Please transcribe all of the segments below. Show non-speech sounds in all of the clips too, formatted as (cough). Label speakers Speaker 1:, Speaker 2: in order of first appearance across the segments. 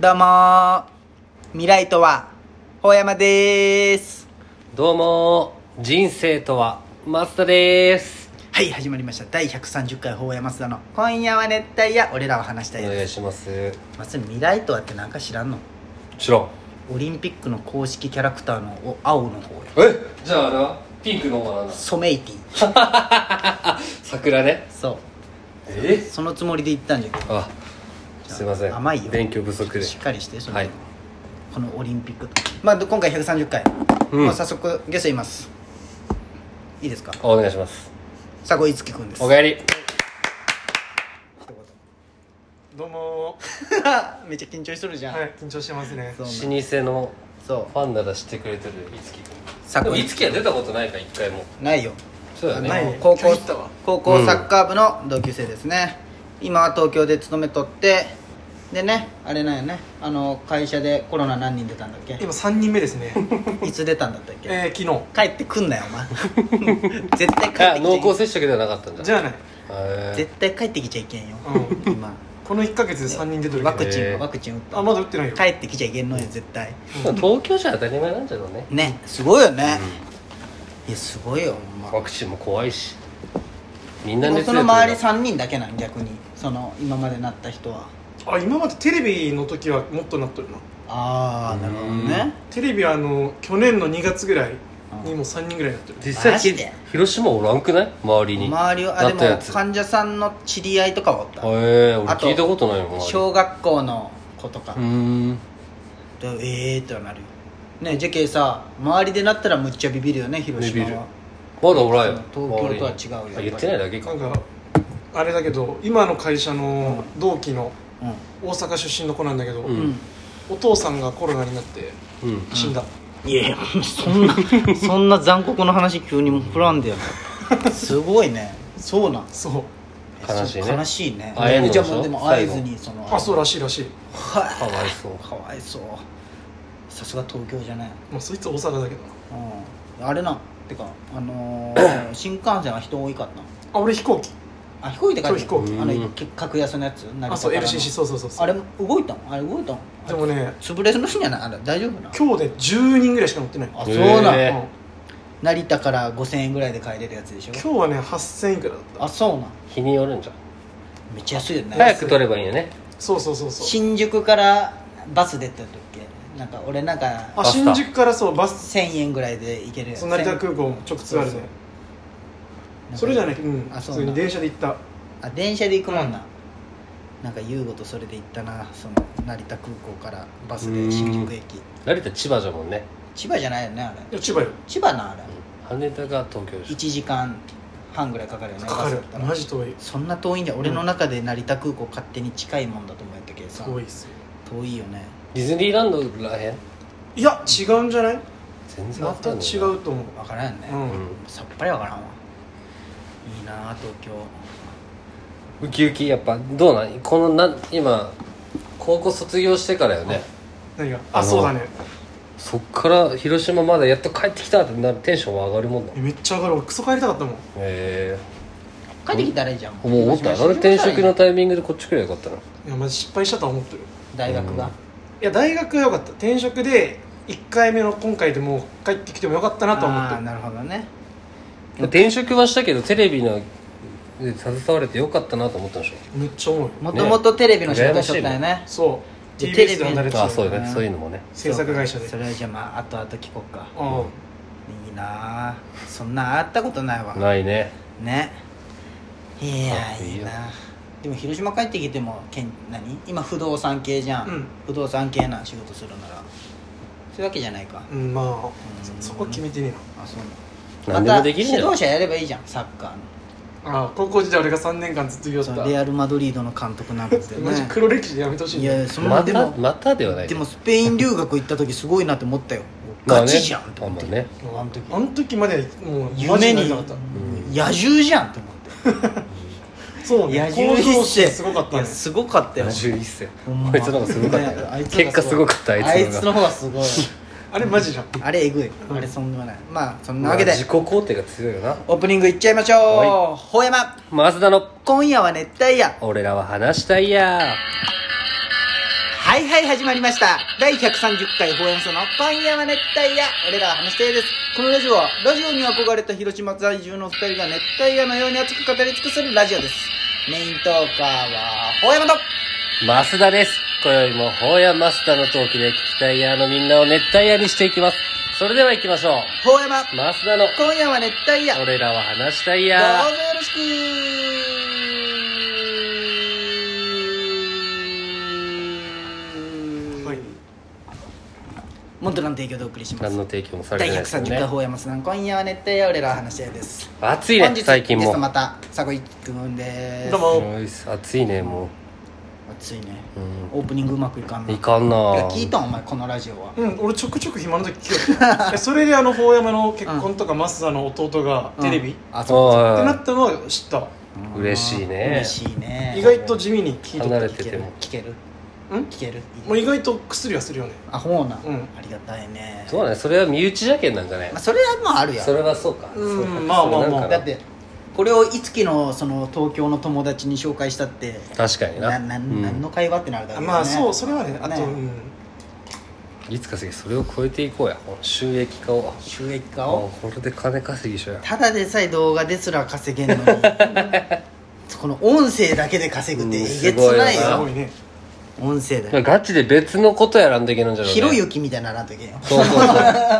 Speaker 1: どうもー未来とはほ山でーす
Speaker 2: どうも人生とは松田です
Speaker 1: はい始まりました第130回ほ山須田の「今夜は熱帯夜俺らは話した
Speaker 2: お
Speaker 1: い
Speaker 2: 願
Speaker 1: で
Speaker 2: い
Speaker 1: す
Speaker 2: します」
Speaker 1: まず未来とはってなんか知らんの
Speaker 2: 知らん
Speaker 1: オリンピックの公式キャラクターのお青の方や
Speaker 2: えじゃあなピンクの方はな
Speaker 1: ソメイティ
Speaker 2: 桜ね
Speaker 1: そ
Speaker 2: え
Speaker 1: うそのつもりで言ったんじゃけど
Speaker 2: あすいません
Speaker 1: 甘いよ
Speaker 2: 勉強不足で
Speaker 1: しっかりしてその、
Speaker 2: はい
Speaker 1: このオリンピックまあど今回130回、
Speaker 2: うん
Speaker 1: もう早速ゲストいますいいですか
Speaker 2: お願いします
Speaker 1: 佐古樹くんです
Speaker 2: おかえり
Speaker 3: どうも
Speaker 1: (laughs) めっちゃ緊張しとるじゃ
Speaker 3: ー
Speaker 1: ん、
Speaker 3: はい緊張してますね
Speaker 1: そう
Speaker 2: 老舗の
Speaker 1: そう
Speaker 2: ファンなら知ってくれてるいつき
Speaker 1: サ
Speaker 2: 君
Speaker 1: ッカー
Speaker 2: でもいつきは出たことないから一回も
Speaker 1: ないよ
Speaker 2: そうだ
Speaker 3: ない
Speaker 2: ね
Speaker 3: ね
Speaker 1: 高校
Speaker 3: ちょい行ったわ
Speaker 1: 高校サッカー部の同級生ですね、今は東京で勤めとってでねあれなんよねあの会社でコロナ何人出たんだっ
Speaker 3: (laughs)
Speaker 1: け
Speaker 3: 今3人目ですね
Speaker 1: いつ出たんだったっけ、
Speaker 3: えー、昨日
Speaker 1: 帰ってくんなよお前 (laughs) 絶対帰っ
Speaker 2: あ
Speaker 1: てきちゃい
Speaker 2: 濃
Speaker 1: けん
Speaker 2: 厚接触ではなかったんだ
Speaker 3: じゃあね
Speaker 2: へー
Speaker 1: 絶対帰ってきちゃいけんよ、
Speaker 3: うん
Speaker 1: 今
Speaker 3: この1ヶ月で3人出てる
Speaker 1: ワ
Speaker 3: け
Speaker 1: ク
Speaker 3: ど
Speaker 1: チ
Speaker 2: え
Speaker 1: ン
Speaker 2: ー
Speaker 1: ワクチン打った
Speaker 3: あまだ打ってないよ
Speaker 1: 帰ってきちゃいけんのよ絶対
Speaker 2: でも東京じゃ当たり前なんじゃろうね
Speaker 1: ねすごいよね、いやすごいよほんま
Speaker 2: ワクチンも怖いしみん
Speaker 1: で
Speaker 2: な
Speaker 1: も
Speaker 2: 熱
Speaker 1: そ
Speaker 2: 出て
Speaker 1: の
Speaker 2: る
Speaker 1: 周り3人だけなん逆にその今までなった人は
Speaker 3: あ今までテレビの時はもっとなっとるな
Speaker 1: ああなるほどね
Speaker 3: テレビはあの去年の2月ぐらいにもう3人ぐらいなってる
Speaker 2: 実
Speaker 1: マ
Speaker 2: 際
Speaker 1: ジ
Speaker 2: ひ
Speaker 1: で
Speaker 2: 広島おらんくない周りに
Speaker 1: 周りはあ
Speaker 2: な
Speaker 1: で
Speaker 2: ったや
Speaker 1: も
Speaker 2: つ
Speaker 1: 患者さんの知り合いとかはおった
Speaker 2: へえ俺
Speaker 1: あと
Speaker 2: 聞いたことないもん
Speaker 1: 小学校の子とか
Speaker 2: うーん
Speaker 1: でええーってなるよねえジェケさ周りでなったらむっちゃビビるよね広島
Speaker 2: ビビ
Speaker 1: は
Speaker 2: るまだおらんよ
Speaker 1: そう東京とは違うよやっ
Speaker 2: 周りに
Speaker 1: ぱ
Speaker 2: あ
Speaker 1: り
Speaker 2: 言ってないだけ
Speaker 3: な
Speaker 2: か
Speaker 3: んかあれだけど今の会社の同期の
Speaker 1: うん
Speaker 3: 大阪出身の子なんだけど、
Speaker 2: うん
Speaker 1: うん
Speaker 3: お父さんがコロナになって
Speaker 2: うん
Speaker 3: 死んだ、
Speaker 1: いやいやそんな (laughs) そんな残酷な話急に振らんでよすごいねそうなん
Speaker 3: そう
Speaker 2: 悲しいね
Speaker 1: 悲しいね
Speaker 2: 会えんのでし
Speaker 1: じゃ
Speaker 2: ょ
Speaker 1: あもうでも会え
Speaker 2: 最後
Speaker 1: ずにその
Speaker 3: あそうらしいらしい
Speaker 2: かわいそう
Speaker 1: かわいそうさすが東京じゃない
Speaker 3: まあそいつ大阪だけどな
Speaker 1: うんあれなんてかあの
Speaker 3: (coughs)
Speaker 1: ー新幹線は人多いかったの
Speaker 3: あ俺飛行機
Speaker 1: あ飛行機で帰ってきた
Speaker 3: そう
Speaker 2: 飛行機
Speaker 1: あの
Speaker 2: うん
Speaker 1: け格安のやつ成田
Speaker 3: あそう
Speaker 1: からの
Speaker 3: LCC そうそうそうそう
Speaker 1: あれも動いたのあれ動いたの
Speaker 3: でもね
Speaker 1: 潰れるのじゃないあれ大丈夫な
Speaker 3: 今日で10人ぐらいしか乗ってない
Speaker 1: あそうなの、
Speaker 2: へえ
Speaker 3: うん
Speaker 1: 成田から5000円ぐらいで帰れるやつでしょ
Speaker 3: 今日はね8000いくらだった
Speaker 1: あそうなん
Speaker 2: 日によるんじゃん
Speaker 1: めっちゃ安いよね
Speaker 2: 早く取ればいいよね
Speaker 3: そうそうそうそう
Speaker 1: 新宿からバス出てた時なんか俺なん
Speaker 3: あ
Speaker 1: か
Speaker 2: バスタ
Speaker 3: 新宿からそうバス
Speaker 1: 1000円ぐらいで行けるやつ
Speaker 3: そう成田空港直通ある
Speaker 1: そう
Speaker 3: ね
Speaker 1: そう
Speaker 3: それじゃ
Speaker 1: な
Speaker 3: ね
Speaker 1: んか
Speaker 3: うん
Speaker 1: あ
Speaker 3: 普
Speaker 1: そう
Speaker 3: 通
Speaker 1: な
Speaker 3: に
Speaker 1: ん
Speaker 3: 電車で行った
Speaker 1: あ電車で行くもんな、なんか優吾とそれで行ったなその成田空港からバスで新宿駅
Speaker 2: 成田千葉じゃもんね
Speaker 1: 千葉じゃないよねあれ
Speaker 3: いや千葉よ
Speaker 1: 千葉なあれ
Speaker 2: 羽田が東京で
Speaker 1: 1
Speaker 2: し
Speaker 1: 時間半ぐらいかかるよね
Speaker 3: かか
Speaker 1: バス
Speaker 3: る
Speaker 1: だったら
Speaker 3: マジ遠い
Speaker 1: そんな遠いんじゃ俺の中で成田空港勝手に近いもんだと思うやったけどさ
Speaker 3: 遠いっすよ
Speaker 1: 遠いよね
Speaker 2: ょディズニーランドらへん
Speaker 3: いや違うんじゃない
Speaker 2: 全然
Speaker 3: ま
Speaker 2: わ
Speaker 3: た
Speaker 2: かんない
Speaker 3: 違
Speaker 2: な
Speaker 3: うと思う
Speaker 1: 分からんよね、
Speaker 3: う
Speaker 1: もうんさっぱり分からんわいいなあ東京
Speaker 2: うんウキウキやっぱどうなんこのなん今高校卒業してからよね
Speaker 3: 何が
Speaker 2: あ
Speaker 3: あ
Speaker 2: の
Speaker 3: そうだね
Speaker 2: そっから広島まだやっと帰ってきたってなるテンションは上がるもんだへ
Speaker 3: えめっちゃ上がる俺クソ帰りたかったもん
Speaker 2: え
Speaker 1: 帰ってきたらいいじゃん
Speaker 2: もう思った
Speaker 1: 広島
Speaker 2: 俺
Speaker 1: 市場
Speaker 2: 転職のタイミングでこっち来ればよかったない
Speaker 3: やマジ失敗したとは思ってる
Speaker 1: 大学が、
Speaker 2: うん
Speaker 3: いや大学は良かった転職で1回目の今回でもう帰ってきてもよかったなとは思
Speaker 1: あ
Speaker 3: っ
Speaker 1: あ
Speaker 3: て
Speaker 1: ー
Speaker 3: る
Speaker 1: なるほどね
Speaker 2: 転職はしたけどテレビので携われてよかったなと思ったんでしょ
Speaker 3: めっちゃ思うよ
Speaker 1: もともとテレビの仕事しとったよ
Speaker 2: 羨
Speaker 1: ね
Speaker 3: そう
Speaker 1: いやテレビ
Speaker 3: TBS で働いて
Speaker 2: あ
Speaker 3: た
Speaker 2: あそう
Speaker 3: よ
Speaker 2: だね
Speaker 1: うん
Speaker 2: そういうのもね
Speaker 3: 制作会社で
Speaker 1: それはじゃあまあ後々聞こっか
Speaker 3: うん
Speaker 1: いいなあそんな会ったことないわ
Speaker 2: ないね
Speaker 1: ねいや
Speaker 2: あいいよ
Speaker 1: いいなでも広島帰ってきてもけん何今不動産系じゃん、
Speaker 3: うん
Speaker 1: 不動産系な仕事するならそういうわけじゃないか
Speaker 3: うんまあそそこ決めてね
Speaker 1: あそうな
Speaker 2: 何
Speaker 1: ん
Speaker 2: でもできる
Speaker 1: ま
Speaker 2: ん
Speaker 1: た指導者
Speaker 2: じゃん
Speaker 1: やればいいじゃんサッカーの
Speaker 3: えなああ高校時代俺が3年間卒業し
Speaker 1: そ
Speaker 3: た
Speaker 1: のレアル・マドリードの監督なん
Speaker 3: (laughs)
Speaker 1: ですよね
Speaker 3: マジ黒歴史でやめてほしい
Speaker 1: い
Speaker 3: んだよ
Speaker 1: やそんな
Speaker 2: ま
Speaker 1: で
Speaker 2: た
Speaker 1: も
Speaker 2: またではない
Speaker 1: で
Speaker 2: ね
Speaker 1: もスペイン留学行った時すごいなって思ったよ
Speaker 2: まあ
Speaker 1: ガ
Speaker 2: ね
Speaker 1: チじゃんって思って、
Speaker 2: まあま
Speaker 1: あ
Speaker 2: あね
Speaker 1: の時
Speaker 3: あの時までもう
Speaker 1: 夢に
Speaker 3: なかった
Speaker 1: 野獣じゃんって思っ
Speaker 3: そう
Speaker 1: て
Speaker 3: ね向上心すごかった
Speaker 1: いや
Speaker 3: ね
Speaker 1: すごかったよ
Speaker 2: 71歳
Speaker 1: ほんま
Speaker 2: あいつの方がすごかったよ
Speaker 1: ねあいつの方が
Speaker 2: 結果すごかったあ
Speaker 1: あ
Speaker 2: い
Speaker 1: い
Speaker 2: つ
Speaker 1: つ
Speaker 2: の
Speaker 1: の
Speaker 2: 方が
Speaker 1: 方がすごい
Speaker 3: あれマジじゃん
Speaker 1: あれえぐい
Speaker 3: ん
Speaker 1: あれそんでもないまあそんな
Speaker 2: まあ
Speaker 1: わけで
Speaker 2: 自己肯定が強いよな
Speaker 1: オープニングいっちゃいましょうほうやま
Speaker 2: 増田の
Speaker 1: 今夜は熱帯夜
Speaker 2: 俺らは話したいや
Speaker 1: ははいはい始まりました第130回放演奏の今夜は熱帯夜俺らは話したいですこのラジオはラジオに憧れた広島在住の2人が熱帯夜のように熱く語り尽くせるラジオですメイントーカーは法山と
Speaker 2: 増田です。今宵も、ホーヤマスターの陶器で、聞きたいやのみんなを熱帯夜にしていきます。それでは行きましょう。
Speaker 1: 法山
Speaker 2: 増田の、
Speaker 1: 今夜は熱帯夜どう
Speaker 2: 俺らは話したい
Speaker 1: ぞ
Speaker 2: や
Speaker 1: よろしく
Speaker 3: はい
Speaker 1: モントラの提供でお送りします
Speaker 2: 何の提供もされ
Speaker 1: 第
Speaker 2: てないですよ
Speaker 1: 130回
Speaker 2: ね。
Speaker 1: 法山さん今夜は熱帯夜俺らは話し合いです
Speaker 2: 暑いね
Speaker 1: 本、日
Speaker 2: 最近
Speaker 1: ゲス
Speaker 2: も
Speaker 1: ト。また佐古井くんです
Speaker 3: どうも
Speaker 2: うん暑いね、も
Speaker 1: 暑いね
Speaker 2: う。う
Speaker 1: オープニングうまくいかん
Speaker 2: ん。
Speaker 1: ない
Speaker 2: いかん
Speaker 1: や
Speaker 2: な
Speaker 1: 聞いたんお前このラジオは
Speaker 3: うん、俺ちょくちょく暇な時聞
Speaker 1: (laughs)
Speaker 3: くよいやそれであの法山の結婚とか増田の弟がテレ
Speaker 1: うん
Speaker 3: ビ、って
Speaker 1: あそう
Speaker 2: あ
Speaker 3: なったのは知った
Speaker 1: そう
Speaker 2: 嬉しいね
Speaker 1: 嬉しいね
Speaker 3: 意外と地味に聞いとっ
Speaker 2: 離
Speaker 3: た
Speaker 2: れ
Speaker 1: 聞け
Speaker 2: てて
Speaker 1: る
Speaker 2: も。
Speaker 1: 聞ける
Speaker 3: うん
Speaker 1: 聞ける
Speaker 3: もう意外と薬はするよね
Speaker 1: あほうな
Speaker 3: うん
Speaker 1: ありがたいね
Speaker 2: そうだね、それは身内じゃけんなんじゃない
Speaker 1: まあそれはもうあるやん
Speaker 2: それはそうか。
Speaker 3: う
Speaker 2: そう
Speaker 3: ん
Speaker 2: か
Speaker 3: まあまあま
Speaker 2: そ
Speaker 3: あ
Speaker 2: うなんかな
Speaker 1: だってこれをいつきのその東京の友達に紹介したって
Speaker 2: 確かにな。
Speaker 1: なな
Speaker 2: うん
Speaker 1: 何の会話ってなるだろうね
Speaker 3: まあそうそれはねあと、
Speaker 1: ね
Speaker 3: うん
Speaker 2: いつか次それを超えていこうや。収益化を。
Speaker 1: 収益化を
Speaker 2: これで金稼ぎしようや。
Speaker 1: ただでさえ動画ですら稼げんの
Speaker 2: (laughs)
Speaker 1: にこの音声だけで稼ぐってえげつない
Speaker 2: うん
Speaker 3: す
Speaker 1: よ
Speaker 3: ごいね
Speaker 1: 音声だ
Speaker 2: まあ
Speaker 1: よ
Speaker 2: ガチで別のことやらんといけないんじゃろうね
Speaker 1: ひろゆきみたいなのならんといけんよ
Speaker 2: そうそうそ
Speaker 1: (laughs)
Speaker 2: う (laughs)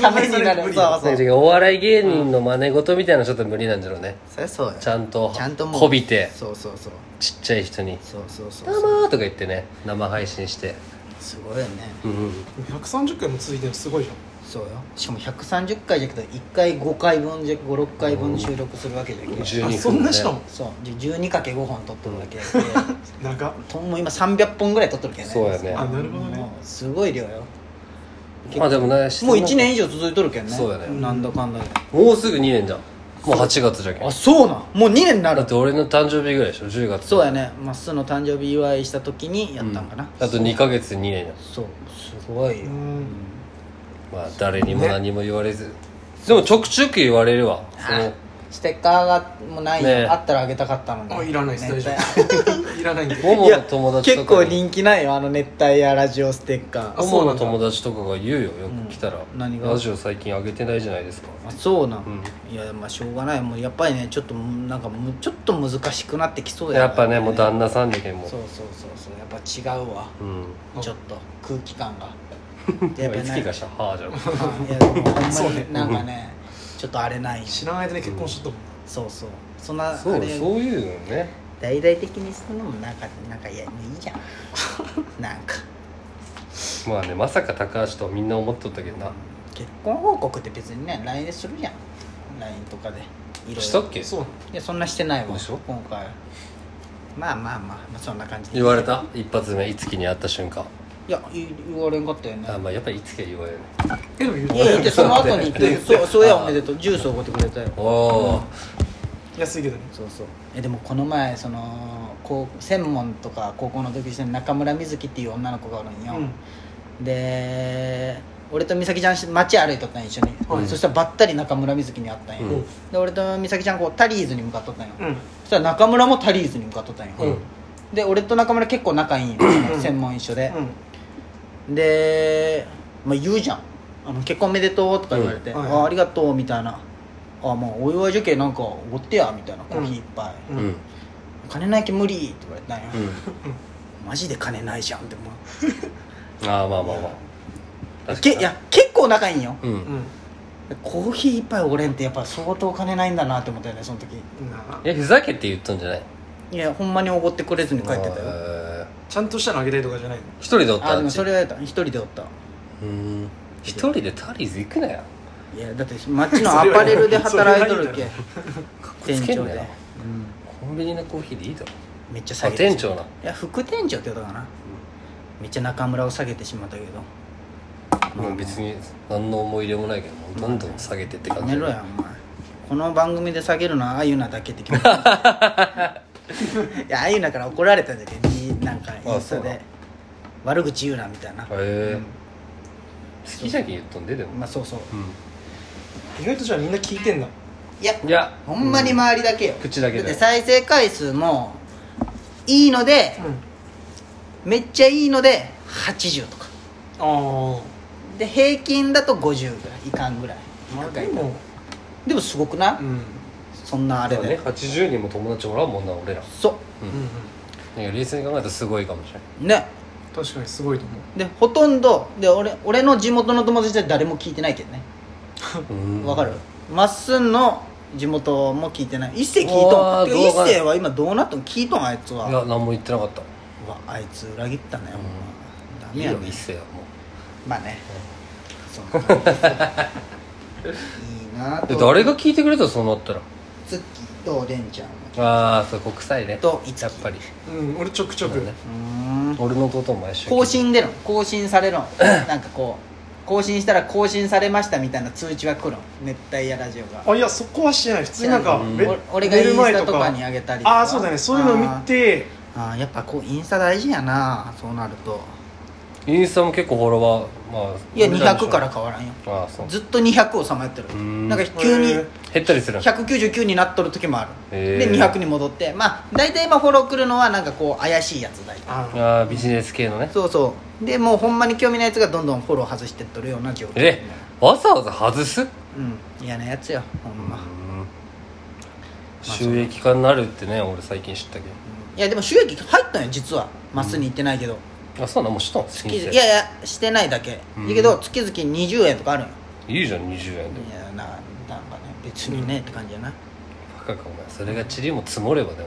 Speaker 1: ためになる
Speaker 3: 無理
Speaker 1: そうそう
Speaker 2: ねお笑い芸人の真似事みたいなのちょっと無理なんじゃろうね、
Speaker 1: そりゃそうよ
Speaker 2: ちゃんと
Speaker 1: ちゃんともう
Speaker 2: こびて
Speaker 1: そうそうそう
Speaker 2: ちっちゃい人に
Speaker 1: そうそう
Speaker 2: 「
Speaker 1: そ
Speaker 2: ど
Speaker 1: う
Speaker 2: うも」とか言ってね生配信して
Speaker 1: すごいよね
Speaker 2: うんうん
Speaker 3: 130回も続いてるのすごいじゃ
Speaker 1: そうよしかも130回じゃけど1回5回分じゃ56回分収録するわけじゃけ
Speaker 2: 12
Speaker 3: んあ
Speaker 2: 分
Speaker 3: そんなしかも
Speaker 1: そう1 2かけ5本撮っとるわけ
Speaker 2: (laughs)
Speaker 1: やけ
Speaker 3: 長っ
Speaker 1: ともう今300本ぐらい撮っとるけどね
Speaker 2: そうやね
Speaker 3: あなるほどね
Speaker 1: もうすごい量よ
Speaker 2: まあでもね
Speaker 1: もう1年以上続いとるけんね
Speaker 2: そうやね
Speaker 1: なんだかんだで
Speaker 2: もうすぐ2年じゃんもう8月じゃけん
Speaker 1: あそうなんもう2年にな
Speaker 2: だ
Speaker 1: る
Speaker 2: って俺の誕生日ぐらいでしょ10月
Speaker 1: そうやねまっすーの誕生日祝いした時にやったんかな、
Speaker 2: あと2ヶ月2年だ
Speaker 1: そうすごいよ、
Speaker 3: うん
Speaker 2: まあ誰にも何も言われず、でもちょくちょく言われるわその
Speaker 1: ステッカーがもうないよ、
Speaker 2: ねえ
Speaker 1: あったらあげたかったのに
Speaker 3: あいらないです大
Speaker 1: 熱
Speaker 3: 丈
Speaker 1: 帯
Speaker 3: 夫
Speaker 1: (laughs)
Speaker 3: いらないんで
Speaker 2: もも
Speaker 1: い
Speaker 2: の
Speaker 1: や
Speaker 2: 友達と
Speaker 1: 結
Speaker 2: か
Speaker 1: 構
Speaker 2: に
Speaker 1: 人気ないよあの熱帯夜ラジオステッカー
Speaker 3: あ
Speaker 2: も
Speaker 3: そ
Speaker 2: も
Speaker 3: うな
Speaker 2: の
Speaker 3: んだ
Speaker 2: 友達とかが言うよよく来たら、
Speaker 1: うん何が
Speaker 2: ラジオ最近上げてないじゃないですか
Speaker 1: あそうなん、
Speaker 2: う
Speaker 1: いやまあしょうがないもうやっぱりねちょっともうなんかもうちょっと難しくなってきそうや
Speaker 2: やっぱねもう旦那さんでけんもう
Speaker 1: そうそうそうそうやっぱ違うわ
Speaker 2: うん
Speaker 1: ちょっと空気感がやっ
Speaker 2: (laughs) 今
Speaker 1: ぱ
Speaker 2: いつ
Speaker 1: な
Speaker 2: き
Speaker 1: い
Speaker 2: がしたはあじゃん
Speaker 1: うんいやでもほ
Speaker 2: (laughs)
Speaker 3: そ
Speaker 1: ん
Speaker 3: う
Speaker 1: ま
Speaker 3: ね
Speaker 1: になんかねちょっと荒れないよ
Speaker 3: 知らない間に結婚しとったもん
Speaker 1: そうそうそんな
Speaker 2: そ
Speaker 1: あ
Speaker 2: う
Speaker 1: れ
Speaker 2: そういうのね
Speaker 1: 大々的にするのもなんかなんかいやもういいじゃん (laughs) なんか
Speaker 2: まあねまさか高橋とはみんな思っとったけどな
Speaker 1: 結婚報告って別にね LINE でするじゃん LINE とかでいろいろ
Speaker 2: したっけ
Speaker 3: そうない
Speaker 1: やそんなしてないわ
Speaker 2: でしょ
Speaker 1: 今回まあまあまあ、まあ、そんな感じで
Speaker 2: 言われた一発目いつきに会った瞬間
Speaker 1: いやい言われんかったよね
Speaker 2: あまあやっぱりいつきは言われるね
Speaker 3: のえでも言う
Speaker 1: いやいや
Speaker 3: て
Speaker 1: でその後に行ってそうそうやおめでとうジュースおごってくれたよ
Speaker 2: おおー
Speaker 3: 安いけどね
Speaker 1: そうそうえでもこの前そのこう専門とか高校の時して中村瑞希っていう女の子がおるんよ、で俺と美咲ちゃんし街歩いとったんよ一緒に、
Speaker 3: はい
Speaker 1: そしたらばったり中村瑞希に会ったんよ、
Speaker 2: うん
Speaker 1: で俺と美咲ちゃんこうタリーズに向かっとったんよ、
Speaker 3: うん
Speaker 1: そしたら中村もタリーズに向かっとったんよ、
Speaker 3: うん
Speaker 1: で俺と中村結構仲いいんよ、
Speaker 3: (clears throat)
Speaker 1: 専門一緒で、で、まあ、言うじゃんあの「結婚おめでとう」とか言われて「
Speaker 3: うんはい
Speaker 1: あありがとう」みたいな「あもうお祝いじゃけなんかおごってや」みたいなコーヒーいっぱい、
Speaker 2: う
Speaker 3: う
Speaker 2: んん
Speaker 3: う
Speaker 2: うんん
Speaker 1: 金ないけ無理って言われたんよ、マジで金ないじゃんって思う
Speaker 2: ああまあまあまあ
Speaker 1: けいや結構仲いいんよ
Speaker 2: う
Speaker 3: うんん
Speaker 1: コーヒー一杯おごれんってやっぱ相当金ないんだなって思ったよねその時
Speaker 3: なあ
Speaker 2: いやふざけて言っとんじゃない
Speaker 1: いやほんまにおごってくれずに帰ってた
Speaker 2: あ
Speaker 1: よ
Speaker 2: ー
Speaker 3: ちゃんとしたのあげたいとかじゃないの
Speaker 2: 一人でおった
Speaker 1: あでも
Speaker 2: うち
Speaker 1: それはやった一人でおった
Speaker 2: うん一人でタリーズ行くなよ
Speaker 1: いやだって街のアパレルで働いとるけ
Speaker 2: かっこ
Speaker 1: 店
Speaker 2: つけ
Speaker 1: 長
Speaker 2: んな
Speaker 1: で
Speaker 2: よコンビニのコーヒーでいいだろ
Speaker 1: めっちゃ
Speaker 2: あ
Speaker 1: 下げて
Speaker 2: 店長ない
Speaker 1: や副店長ってことかな、めっちゃ中村を下げてしまったけど
Speaker 2: もう別に何の思い入れもないけどもうどんどん下げてって
Speaker 1: や
Speaker 2: 感じ
Speaker 1: めろやお前この番組で下げるのはあゆなだけって決め
Speaker 2: (laughs)
Speaker 1: たいやあゆなから怒られたんだけどいなんかインス
Speaker 2: そ
Speaker 1: タ
Speaker 2: うだ
Speaker 1: で悪口言うなみたいな、
Speaker 2: へえ好きじゃけん言っとんででも
Speaker 1: まあそうそう
Speaker 2: う
Speaker 3: 意外とじゃあみんな聞いてんだ
Speaker 1: いや
Speaker 2: んいや
Speaker 1: ほんまに周りだけよ、
Speaker 2: 口だけだよ
Speaker 1: って再生回数もいいので、
Speaker 3: う
Speaker 1: めっちゃいいので80とか
Speaker 3: ああ
Speaker 1: で平均だと50ぐらいいかんぐらい
Speaker 3: まあ
Speaker 1: 高い
Speaker 3: でも
Speaker 1: でもすごくない、
Speaker 3: うん
Speaker 1: そんなあれ
Speaker 2: そう
Speaker 1: で
Speaker 2: ね80人も友達おらんもんな俺ら
Speaker 1: そ
Speaker 3: うんうん
Speaker 2: なんか冷静に考えたらすごいかもしれないう
Speaker 1: ね
Speaker 3: 確かにすごいと思う
Speaker 1: でほとんどで俺俺の地元の友達って誰も聞いてないけどね
Speaker 2: うん
Speaker 1: わかるまっすんの地元も聞いてない一世聞いと
Speaker 2: あ
Speaker 1: ん
Speaker 2: ー
Speaker 1: で一
Speaker 2: どうかな
Speaker 1: 世は今どうなっとん聞いとんあいつはい
Speaker 2: や何も言ってなかった
Speaker 1: うわあいつ裏切ったね、ほんまダ
Speaker 2: い
Speaker 1: メ
Speaker 2: い
Speaker 1: や
Speaker 2: よ
Speaker 1: ね
Speaker 2: 一世はも
Speaker 1: まあね、そんないいな
Speaker 2: うで
Speaker 1: と
Speaker 2: 誰が聞いてくれたそうなったら
Speaker 1: ツッキーとレンちゃん
Speaker 2: ああそう国際ね
Speaker 1: といつき
Speaker 2: やっぱり
Speaker 3: うん俺ちょくちょく、
Speaker 2: そうだね
Speaker 1: うーん
Speaker 2: 俺の弟も毎週聞いて
Speaker 1: 更新出るの更新されるのなんかこう更新したら更新されましたみたいな通知は来るの熱帯夜ラジオが
Speaker 3: あいやそこはしてない普通になんか、
Speaker 2: うん
Speaker 3: べ
Speaker 1: お俺がインスタとかにあげたりとか
Speaker 3: ああそうだねそういうのを見て
Speaker 1: あーやっぱこうインスタ大事やなそうなると
Speaker 2: インスタも結構フォロワーまあ
Speaker 1: いや
Speaker 2: 俺らでしょ
Speaker 1: 200から変わらんよ
Speaker 2: ああそう
Speaker 1: ずっと200をさまやってる
Speaker 2: うーん
Speaker 1: なんか急
Speaker 3: へ
Speaker 1: に
Speaker 3: ー
Speaker 2: 減ったりするの
Speaker 1: 199になっとる時もある
Speaker 2: へ
Speaker 1: で
Speaker 2: ー
Speaker 1: 200に戻ってまあ大体今フォロー来るのはなんかこう怪しいやつ大体
Speaker 3: あー
Speaker 2: ああビジネス系のね
Speaker 1: そうそうでもうほんまに興味ないやつがどんどんフォロー外してっとるような状況
Speaker 2: えわざわざ外す
Speaker 1: うん嫌なやつよほんま、
Speaker 2: 収益化になるってね俺最近知ったけ
Speaker 1: いやでも収益入ったんよ実はまっすぐに行ってないけど、
Speaker 2: どあそうなのもうしたん
Speaker 1: 月
Speaker 2: 申請
Speaker 1: 々いやいやしてないだけ、
Speaker 2: うん
Speaker 1: いいけど月々20円とかあるんよ
Speaker 2: いいじゃん20円でも
Speaker 1: いやななんかね別にね、って感じやない
Speaker 2: バカかお前それがチリも積もればね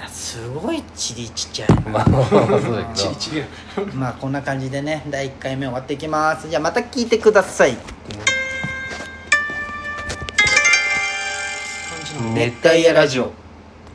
Speaker 1: やすごいちりちっちゃい
Speaker 2: お前まあまあまあそうだけ
Speaker 3: ち
Speaker 2: ど
Speaker 3: りちりや
Speaker 1: (laughs) まあこんな感じでね第1回目終わっていきますじゃあまた聞いてください
Speaker 3: 感じなの
Speaker 1: 熱帯夜ラジオ